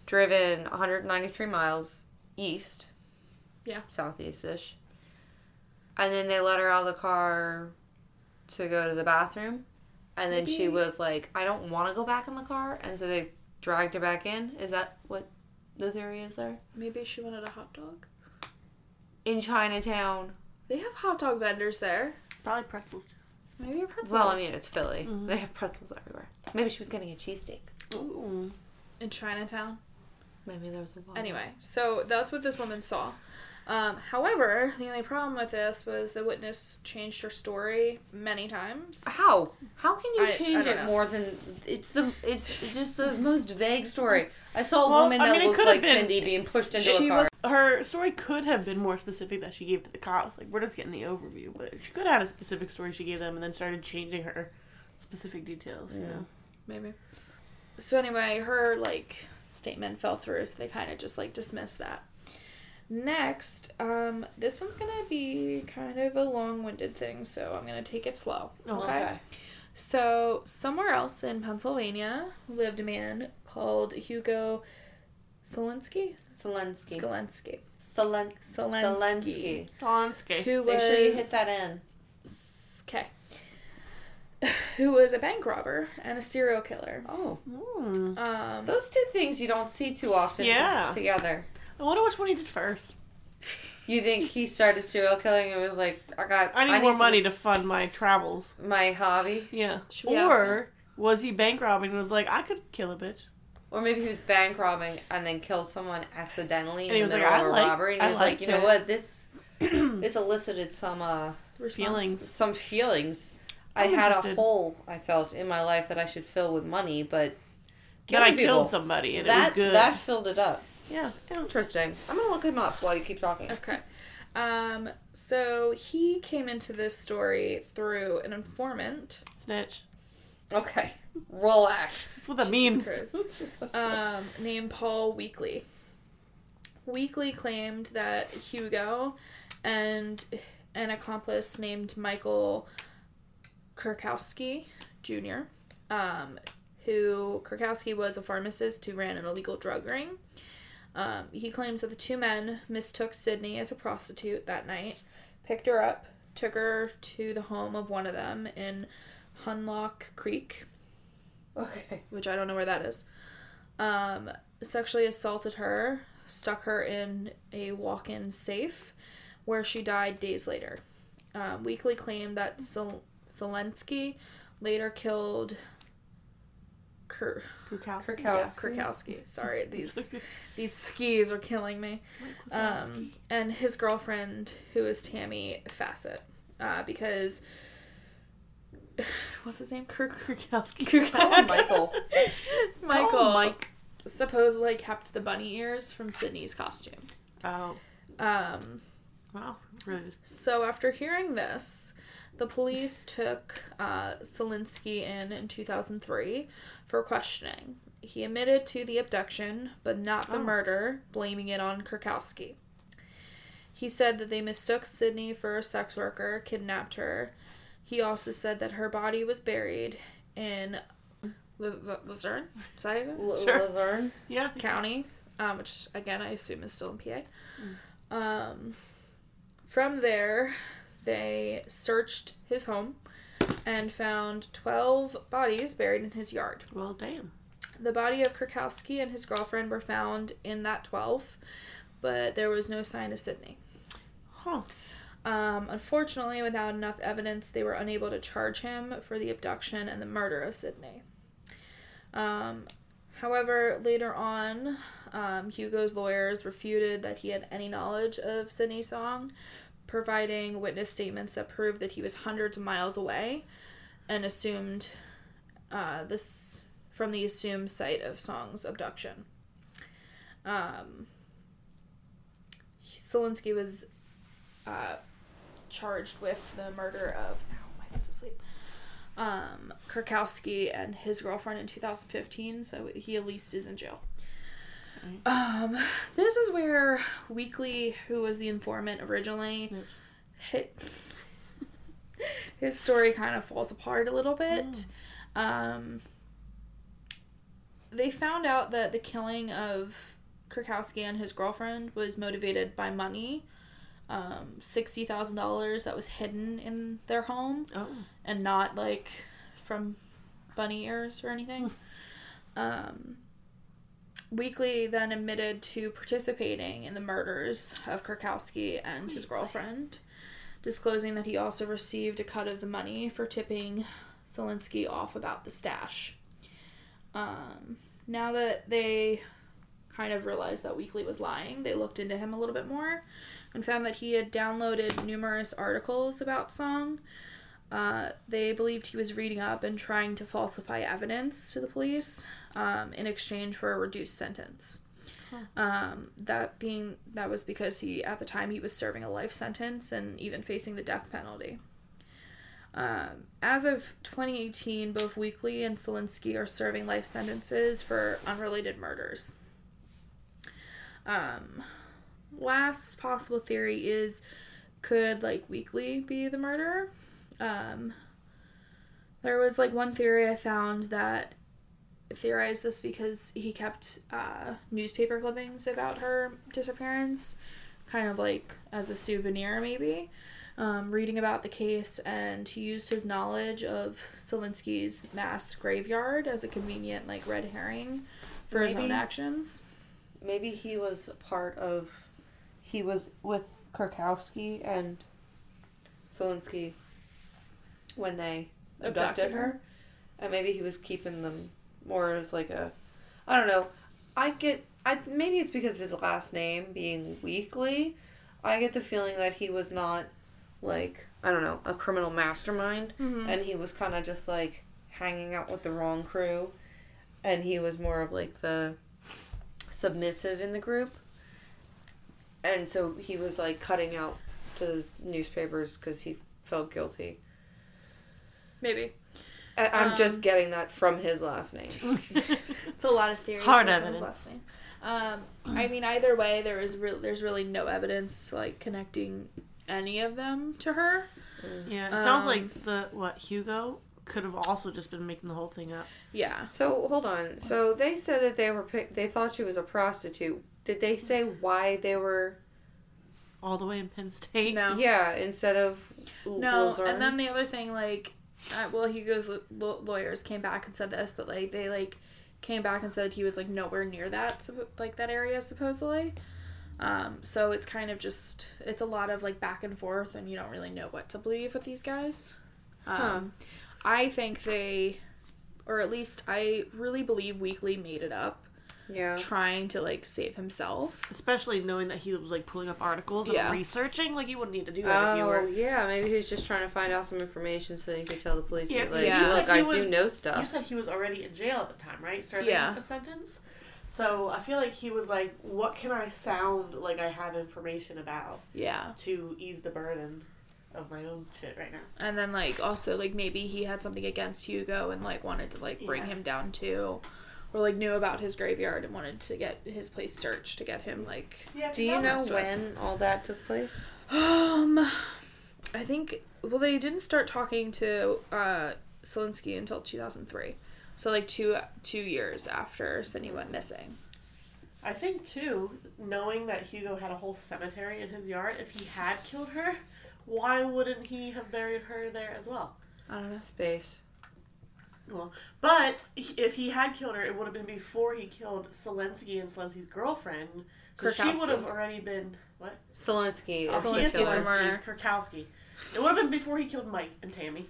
D: Driven 193 miles east.
A: Yeah.
D: Southeast ish. And then they let her out of the car to go to the bathroom. And then she
A: Maybe-
D: was like, I don't want to go back in the car. And so they dragged her back in. Is that what the theory is there?
A: Maybe she wanted a hot dog.
D: In Chinatown.
A: They have hot dog vendors there.
C: Probably pretzels.
A: Maybe a pretzel.
D: Well, I mean, it's Philly.
C: Mhm.
D: They have pretzels everywhere. Maybe she was getting a cheesesteak.
C: Ooh.
A: in Chinatown.
D: Maybe there was a lot.
A: Anyway, so that's what this woman saw. Um, however, the only problem with this was the witness changed her story many times.
D: How? How can you
A: I- I
D: change
A: don't
D: it
A: know.
D: more than it's the it's just the most vague story. I saw a
C: Well,
D: woman
C: I
D: that
C: mean, it
D: looked
C: could
D: like
C: have been-
D: Cindy being pushed into
A: She
D: a car.
A: was-
C: Her story could have been more specific that she gave to the cops. Like, we're just getting the overview, but she could have had a specific story she gave them and then started changing her specific details, you
D: Yeah.
C: know?
A: Maybe. So anyway, her like statement fell through, so they kind of just like dismissed that. Next, um, this one's gonna be kind of a long-winded thing, so I'm gonna take it slow.
C: Oh,
D: okay.
A: So somewhere else in Pennsylvania lived a man called Hugo Zelensky.
D: Zelensky.
A: Zelensky.
D: Zelen-
A: Zelensky.
D: Zelensky.
C: Salonsky.
A: Who was
D: Make sure you hit that in.
A: Okay. Who was a bank robber and a serial killer.
D: Oh,
C: Mm.
A: Um,
D: those two things you don't see too often.
C: Yeah.
D: Together.
C: I wonder which one he did first.
D: You think he started serial killing and was like, I got.
C: I need more
D: some-
C: money to fund my travels.
D: My hobby,
C: Yeah.
A: Should we ask
C: Or was he bank robbing and was like, I could kill a bitch?
D: or maybe he was bank robbing and then killed someone accidentally
C: And he
D: in
C: was
D: the
C: like,
D: middle of
C: I
D: a
C: like-
D: robbery, and
C: I
D: he was like,
C: liked
D: you know
C: it."
D: what, this this elicited some uh
A: response.
C: Feelings.
D: some feelings. i
C: I'm
D: had
C: interested.
D: a hole I felt in my life that I should fill with money, but
C: Then I
D: killing people,
C: killed somebody and
D: that
C: it was good.
D: that filled it up.
C: yeah.
D: Interesting. I'm gonna look him up while you keep talking.
A: Okay. Um, so he came into this story through an informant.
C: Snitch.
D: Okay. Rolex.
C: That's what that
A: Jesus
C: means.
A: Christ. um, named Paul Weekly. Weekly claimed that Hugo and an accomplice named Michael Kirkowski Jr., um, who Kirkowski was a pharmacist who ran an illegal drug ring. Um, he claims that the two men mistook Sydney as a prostitute that night, picked her up, took her to the home of one of them in Hunlock Creek,
B: Okay.
A: which I don't know where that is, um, sexually assaulted her, stuck her in a walk in safe where she died days later. Um, Weekly claimed that Zel- Zelensky later killed Kur-
C: Kukowski.
A: yeah,
B: Kirkowski.
A: Kirkowski. Sorry, these these skis are killing me. Um, and his girlfriend, who is Tammy Facet, uh, because what's his name? Kirk
C: Kukowski.
A: Kukowski.
D: Michael.
A: Michael
C: Oh, Mike.
A: supposedly kept the bunny ears from Sydney's costume.
C: Oh,
A: Um,
C: wow. Really just
A: so after hearing this, the police took uh, Selinsky in in 2003 for questioning. He admitted to the abduction, but not the
C: Oh.
A: murder, blaming it on Kirkowski. He said that they mistook Sydney for a sex worker, kidnapped her. He also said that her body was buried in Luz- Luzerne. Is that how you say it?
D: L-
C: Sure.
D: Luzerne.
C: yeah.
A: County, um, which again I assume is still in PA. Um, from there, they searched his home and found 12 bodies buried in his yard.
C: Well, damn.
A: The body of Krakowski and his girlfriend were found in that 12, but there was no sign of Sydney.
C: Huh.
A: Um, unfortunately, without enough evidence, they were unable to charge him for the abduction and the murder of Sydney. Um, however, later on, um, Hugo's lawyers refuted that he had any knowledge of Sydney's song, providing witness statements that proved that he was hundreds of miles away and assumed uh, this from the assumed site of Song's abduction. Um, Selinsky was uh, charged with the murder of ow, my head's asleep. Um, Kirkowski and his girlfriend in 2015, so he at least is in jail. Um, this is where Weekly, who was the informant originally,
C: Snitch.
A: hit, his story kind of falls apart a little bit. Um, they found out that the killing of Kirkowski and his girlfriend was motivated by money um, sixty thousand dollars that was hidden in their home
C: Oh.
A: and not like from bunny ears or anything. Um, Weekly then admitted to participating in the murders of Kirkowski and his girlfriend, disclosing that he also received a cut of the money for tipping Selinsky off about the stash. Um, now that they kind of realized that Weekly was lying, they looked into him a little bit more and found that he had downloaded numerous articles about Song uh, they believed he was reading up and trying to falsify evidence to the police um, in exchange for a reduced sentence. Um, that being that was because he at the time he was serving a life sentence and even facing the death penalty. Um, as of 2018, both Weekly and Selinsky are serving life sentences for unrelated murders. Um, last possible theory is could like Weekly be the murderer? um there was like one theory i found that theorized this because he kept uh, newspaper clippings about her disappearance kind of like as a souvenir maybe um, reading about the case and he used his knowledge of Selinsky's mass graveyard as a convenient like red herring for his own
D: Maybe.
A: actions
D: Maybe he was part of
B: He was with Kirkowski and
D: Solinsky when they abducted,
A: Abducted
D: her.
A: her.
D: and maybe he was keeping them more as like a, I don't know. I get I maybe it's because of his last name being Weekly. I get the feeling that he was not like I don't know a criminal mastermind,
A: Mhm.
D: and he was kind of just like hanging out with the wrong crew, and he was more of like the submissive in the group. And so he was like cutting out to newspapers because he felt guilty.
A: maybe
D: I- I'm just
A: Um,
D: getting that from his last name.
A: It's a lot of theories.
C: Hard
A: about someone's
C: evidence.
A: last name. Um, I mean, either way, there is re- there's really no evidence like connecting any of them to her.
C: yeah, it sounds
A: Um,
C: like the what Hugo could have also just been making the whole thing up.
A: Yeah,
D: So hold on. So they said that they were pick- they thought she was a prostitute. Did they say why they were?
C: all the way in Penn State.
A: no,
D: Yeah, instead of L-
A: no.
D: Lazar?
A: And then the other thing, like, uh, well, Hugo's l- l- lawyers came back and said this, but like they like came back and said he was like nowhere near that, sup- like that area supposedly. Um, so it's kind of just it's a lot of like back and forth, and you don't really know what to believe with these guys. Um, I think they, or at least I really believe Weekly made it up,
D: yeah,
A: trying to like save himself.
C: Especially knowing that he was like pulling up articles and
A: Yeah.
C: researching, like you wouldn't need to do that if you
D: oh
C: were.
D: yeah, maybe he was just trying to find out some information so he could tell the police.
C: Yeah,
D: Yeah, like,
A: yeah. You
D: look,
C: said he
D: I
C: was-
D: do know
C: You
D: stuff.
C: said he was already in jail at the time, right? Starting
A: Yeah.
C: a sentence. So I feel like he was like, "What can I sound like I have information about
A: Yeah,
C: to ease the burden of my own shit right now?"
A: and then like also like maybe he had something against Hugo and like wanted to like bring
C: Yeah.
A: him down too, or like knew about his graveyard and wanted to get his place searched to get him like.
C: Yeah.
D: Do you know
A: That's what I
D: when all that took place?
A: Um, I think well they didn't start talking to uh Selinsky until two thousand three, so like two two years after Cindy went missing.
C: I think too, knowing that Hugo had a whole cemetery in his yard, if he had killed her, why wouldn't he have buried her there as well?
A: I don't know.
D: Space.
C: Well, but if he had killed her, it would have been before he killed Zelensky and Zelensky's girlfriend. So she would
A: Kurkowski.
C: have already been what?
D: Zelensky.
A: Oh,
D: is
A: Zelensky's
D: the killer.
A: the murderer.
C: Kurkowski. It would have been before he killed Mike and Tammy.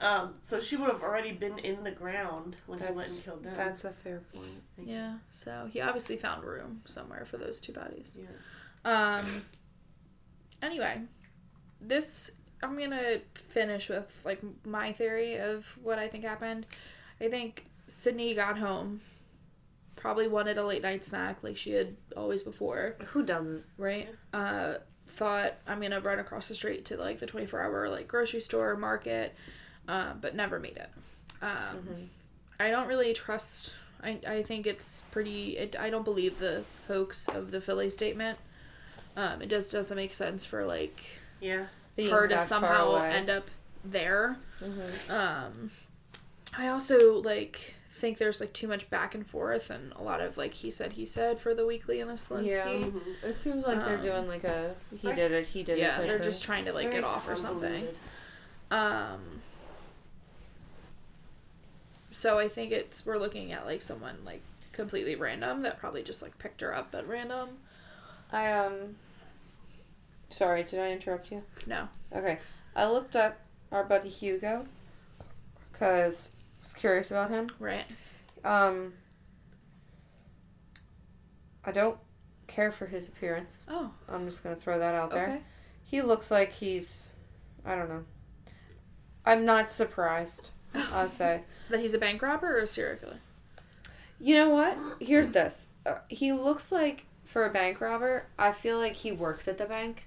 C: Um, so she would have already been in the ground when he went
D: That's,
C: and killed them.
D: that's a fair point.
A: Yeah, so he obviously found room somewhere for those two bodies.
C: Yeah.
A: Um anyway, this I'm going to finish with like my theory of what I think happened. I think Sydney got home probably wanted a late night snack like she had always before,
D: Who doesn't?
A: right? Uh thought I'm going to run across the street to like the 24-hour like grocery store, market, uh, but never made it. Um
D: Mm-hmm.
A: I don't really trust. I, I think it's pretty. It, I don't believe the hoax of the Philly statement. Um, it just doesn't make sense for like
C: Yeah.
D: Being
A: her to
D: that far
A: somehow
D: away. Mm-hmm.
A: end up there. Um, I also like think there's like too much back and forth and a lot of like he said he said for the weekly and the Slinsky.
C: Mhm.
D: It seems like they're
A: Um,
D: doing like a he
C: right.
D: did it, he
A: Yeah,
D: did it. type
A: they're
D: thing.
A: just trying to like
C: Very
A: get off or something.
C: convoluted.
A: Um, so I think it's we're looking at like someone like completely random that probably just like picked her up at random.
D: I um. Sorry, did I interrupt you?
A: No.
D: Okay, I looked up our buddy Hugo because I was curious about him.
A: Right.
D: Um, I don't care for his appearance.
A: Oh,
D: I'm just gonna throw that out there.
A: okay.
D: He looks like he's, I don't know. I'm not surprised. I'll say.
A: That he's a bank robber or a serial killer?
D: You know what? Here's this. Uh, he looks like for a bank robber. I feel like he works at the bank,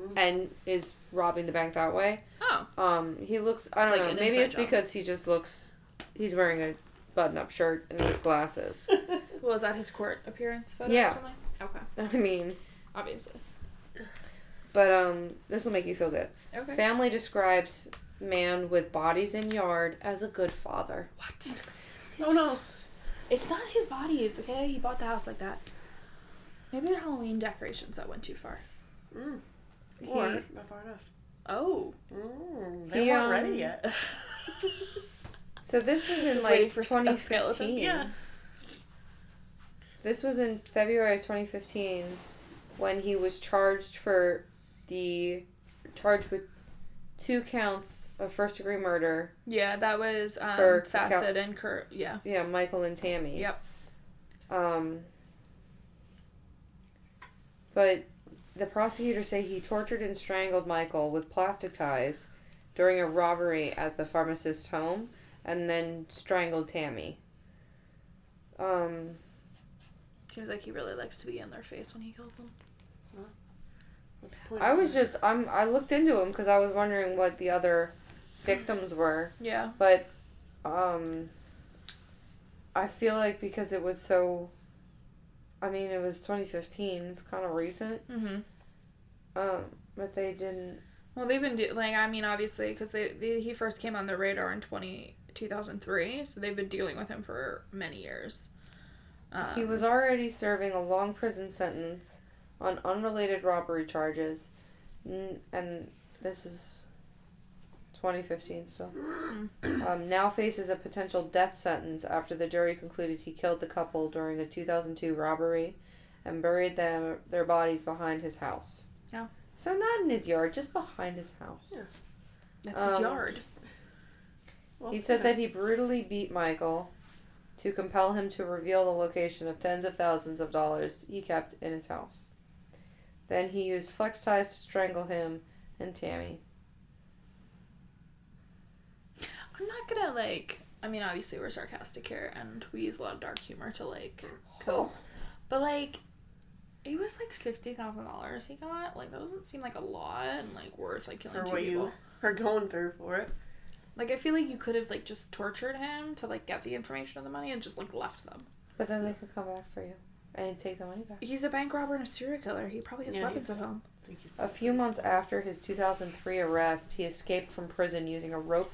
A: Mm.
D: and is robbing the bank that way.
A: Oh,
D: Um, he looks. I don't
A: like
D: know.
A: an
D: Maybe
A: inside
D: it's
A: job.
D: because he just looks. He's wearing a button-up shirt and his glasses.
A: well, is that his court appearance photo
D: Yeah.
A: or something? Okay,
D: I mean,
A: obviously.
D: but um, this will make you feel good.
A: Okay.
D: Family describes man with bodies in yard as a good father.
A: What? Oh,
C: No, no.
A: It's not his bodies, okay? He bought the house like that. Maybe the Halloween decorations that went too far.
C: Mm.
D: He-
C: Or not far enough.
A: Oh.
C: Mm, they
D: He,
C: weren't
D: um,
C: ready yet.
D: so this was in
A: Just waiting
D: like
A: for some
D: 2015.
A: skeletons.
C: Yeah.
D: This was in February of 2015 when he was charged for the charged with two counts of first degree murder.
A: Yeah, that was um,
D: For- for Cal-
A: Facet and Kurt. Yeah.
D: Yeah, Michael and Tammy.
A: Yep.
D: Um but the prosecutors say he tortured and strangled Michael with plastic ties during a robbery at the pharmacist's home and then strangled Tammy. Um
A: Seems like he really likes to be in their face when he kills them.
D: I was just I'm I looked into him because I was wondering what the other victims were,
A: Yeah.
D: but um I feel like because it was so I mean it was 2015, it's kind of recent.
A: Mm-hmm.
D: Um but they didn't
A: Well, they've been do- like I mean, obviously, because they, they he first came on the radar in 20, 2003, so they've been dealing with him for many years. Um,
D: He was already serving a long prison sentence on unrelated robbery charges. N- And this is 2015 still. um, now faces a potential death sentence after the jury concluded he killed the couple during a 2002 robbery and buried them their bodies behind his house.
A: Yeah.
D: So not in his yard, just behind his house.
A: that's his
D: um,
A: yard.
C: Well,
D: He said that he brutally beat Michael to compel him to reveal the location of tens of thousands of dollars he kept in his house. Then he used flex ties to strangle him and Tammy.
A: I'm not gonna like. I mean, obviously, we're sarcastic here, and we use a lot of dark humor to like cope. But like, it was like sixty thousand dollars he got. Like that doesn't seem like a lot, and like worth like killing
C: for
A: two
C: what
A: people.
C: you are going through for it.
A: Like I feel like you could have like just tortured him to like get the information of the money and just like left them.
D: But then they could come back for you and take the money back.
A: He's a bank robber and a serial killer. He probably has
C: Yeah,
A: weapons at
C: he's-
A: home.
C: Thank you.
D: A few months after his 2003 arrest, he escaped from prison using a rope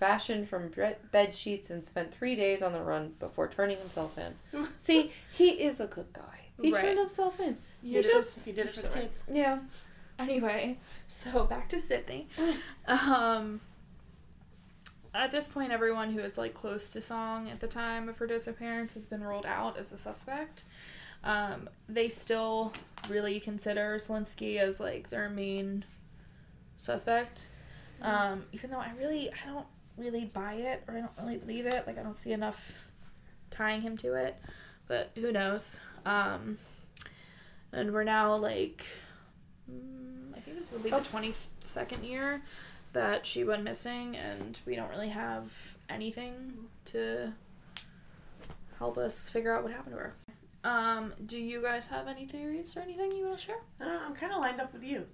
D: fashioned from bre- bed sheets and spent three days on the run before turning himself in. See, he is a good guy. He
A: Right.
D: turned himself in.
C: He did,
A: just-
C: it, he did it for the
A: sorry.
C: kids.
D: Yeah.
A: Anyway, so back to Sydney. Um, at this point, everyone who was like close to Song at the time of her disappearance has been ruled out as a suspect. Um, they still really consider Slinsky as like their main suspect. Um, even though I really, I don't really buy it or I don't really believe it. Like I don't see enough tying him to it, but who knows? Um, and we're now like Mm, I think this will be
D: Oh.
A: the twenty second year that she went missing, and we don't really have anything to help us figure out what happened to her. Um, do you guys have any theories or anything you want to share?
C: I don't know, I'm kind of lined up with you.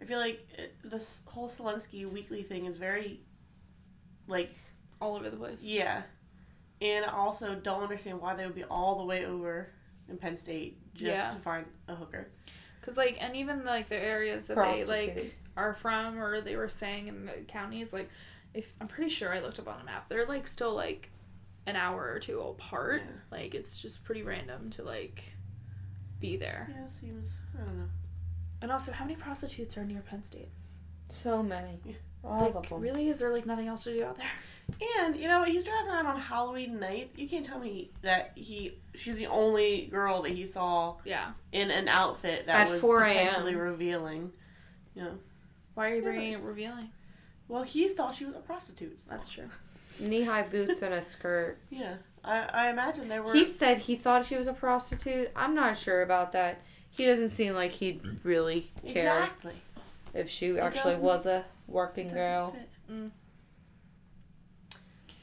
C: I feel like it, this whole Zelensky weekly thing is very, like,
A: All over the place.
C: yeah. And I also don't understand why they would be all the way over in Penn State just
A: Yeah.
C: to find a hooker.
A: Cause like, and even like the areas that they like
D: Prostitute.
A: are from, or they were saying in the counties, like, if I'm pretty sure I looked up on a map, they're like still like an hour or two apart.
C: Yeah.
A: Like, it's just pretty random to like be there.
C: Yeah, it seems, I don't know.
A: And also, how many prostitutes are near Penn State?
D: So many.
C: Yeah.
D: All
A: like,
D: of them.
A: really? Is there like nothing else to do out there?
C: And you know he's driving around on Halloween night. You can't tell me that he she's the only girl that he saw
A: Yeah.
C: in an outfit that
D: At
C: was
D: 4 a.m..
C: potentially revealing. You know,
A: Why are you
C: Yeah,
A: bringing it
C: but-
A: revealing?
C: well he thought she was a prostitute.
A: That's true.
D: Knee high boots and a skirt.
C: Yeah, I, I imagine there were.
D: He said he thought she was a prostitute. I'm not sure about that. He doesn't seem like he'd really care
C: exactly.
D: if she actually
C: doesn't-
D: was a working
C: Doesn't
D: girl.
C: fit.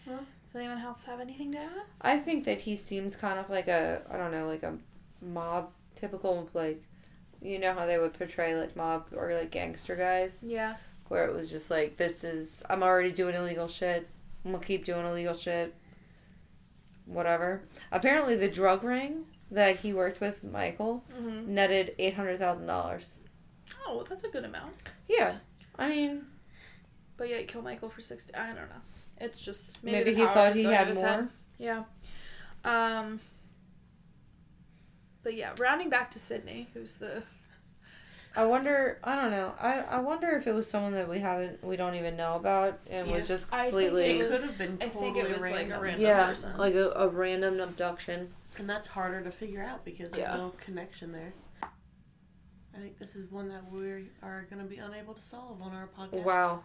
A: Does anyone else have anything to add?
D: I think that he seems kind of like a I don't know, like a mob typical like you know how they would portray like mob or like gangster guys
A: Yeah.
D: where it was just like this is I'm already doing illegal shit. I'm gonna keep doing illegal shit. Whatever. Apparently the drug ring that he worked with Michael
A: Mm-hmm.
D: netted eight hundred thousand dollars.
A: Oh, well, that's a good amount.
D: Yeah, I mean,
A: But yeah, kill Michael for 60. I don't know. It's just
D: maybe,
A: the
D: he
A: power
D: thought
A: was
D: he
A: going to
D: had
A: his
D: more.
A: head. Yeah. Um. But yeah, rounding back to Sydney, who's the
D: I wonder. I don't know. I I wonder if it was someone that we haven't, we don't even know about, and was
C: Yeah.
D: just
A: I think
D: completely,
C: It could have been
A: I think it
C: totally
A: was like a
C: random.
A: random
D: yeah,
A: person.
D: like a, a random abduction.
C: and that's harder to figure out because there's
A: Yeah.
C: no connection there. I think this is one that we are going to be unable to solve on our podcast.
D: Wow,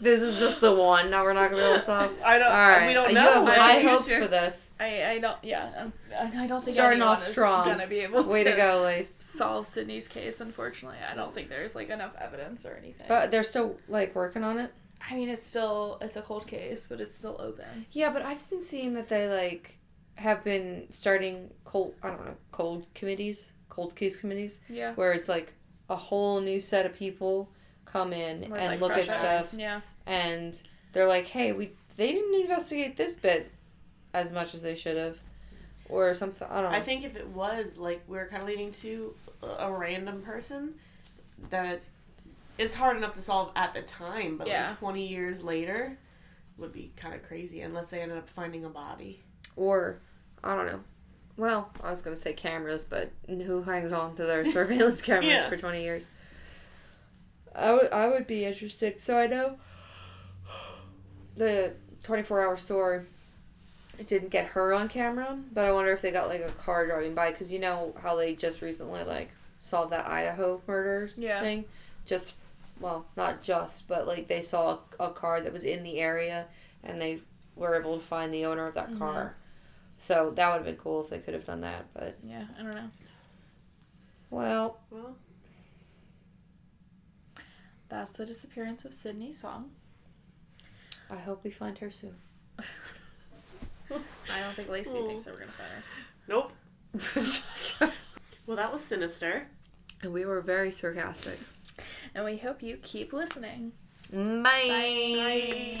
D: this is just the one. Now we're not gonna be able to solve.
C: I don't.
D: All right,
C: We don't
D: you
C: know.
D: have high
C: Future.
D: hopes for this.
A: I I don't yeah I, I don't think
D: Starting off
A: anyone is
D: strong.
A: gonna be able
D: Way to go, Lace.
A: solve Sydney's case. Unfortunately, I don't think there's like enough evidence or anything.
D: But they're still like working on it.
A: I mean, it's still it's a cold case, but it's still open.
D: Yeah, but I've been seeing that they like have been starting cold. I don't know, cold committees, cold case committees.
A: Yeah.
D: where it's like a whole new set of people come in and look at stuff
A: Yeah.
D: and they're like hey we they didn't investigate this bit as much as they should have, or something. I don't know.
C: I think if it was like we are kind of leading to a a random person, that it's, it's hard enough to solve at the time, but
A: Yeah.
C: like twenty years later would be kind of crazy unless they ended up finding a body.
D: or I don't know. Well, I was gonna say cameras, but who hangs on to their surveillance cameras
C: Yeah.
D: for twenty years? I would I would be interested. So I know the twenty four hour store. It didn't get her on camera, but I wonder if they got like a car driving by because you know how they just recently like solved that Idaho murders
A: Yeah.
D: thing. Just well, not just, but like they saw a car that was in the area and they were able to find the owner of that
A: Mhm.
D: car. So that would have been cool if they could have done that, but
A: Yeah, I don't know.
D: well,
C: Well,
A: That's the disappearance of Sydney Song.
D: I hope we find her soon.
A: I don't think Lacey
C: Oh.
A: thinks that we're gonna find her.
C: nope. Well, that was sinister.
D: and we were very sarcastic.
A: And we hope you keep listening.
D: Bye.
A: Bye.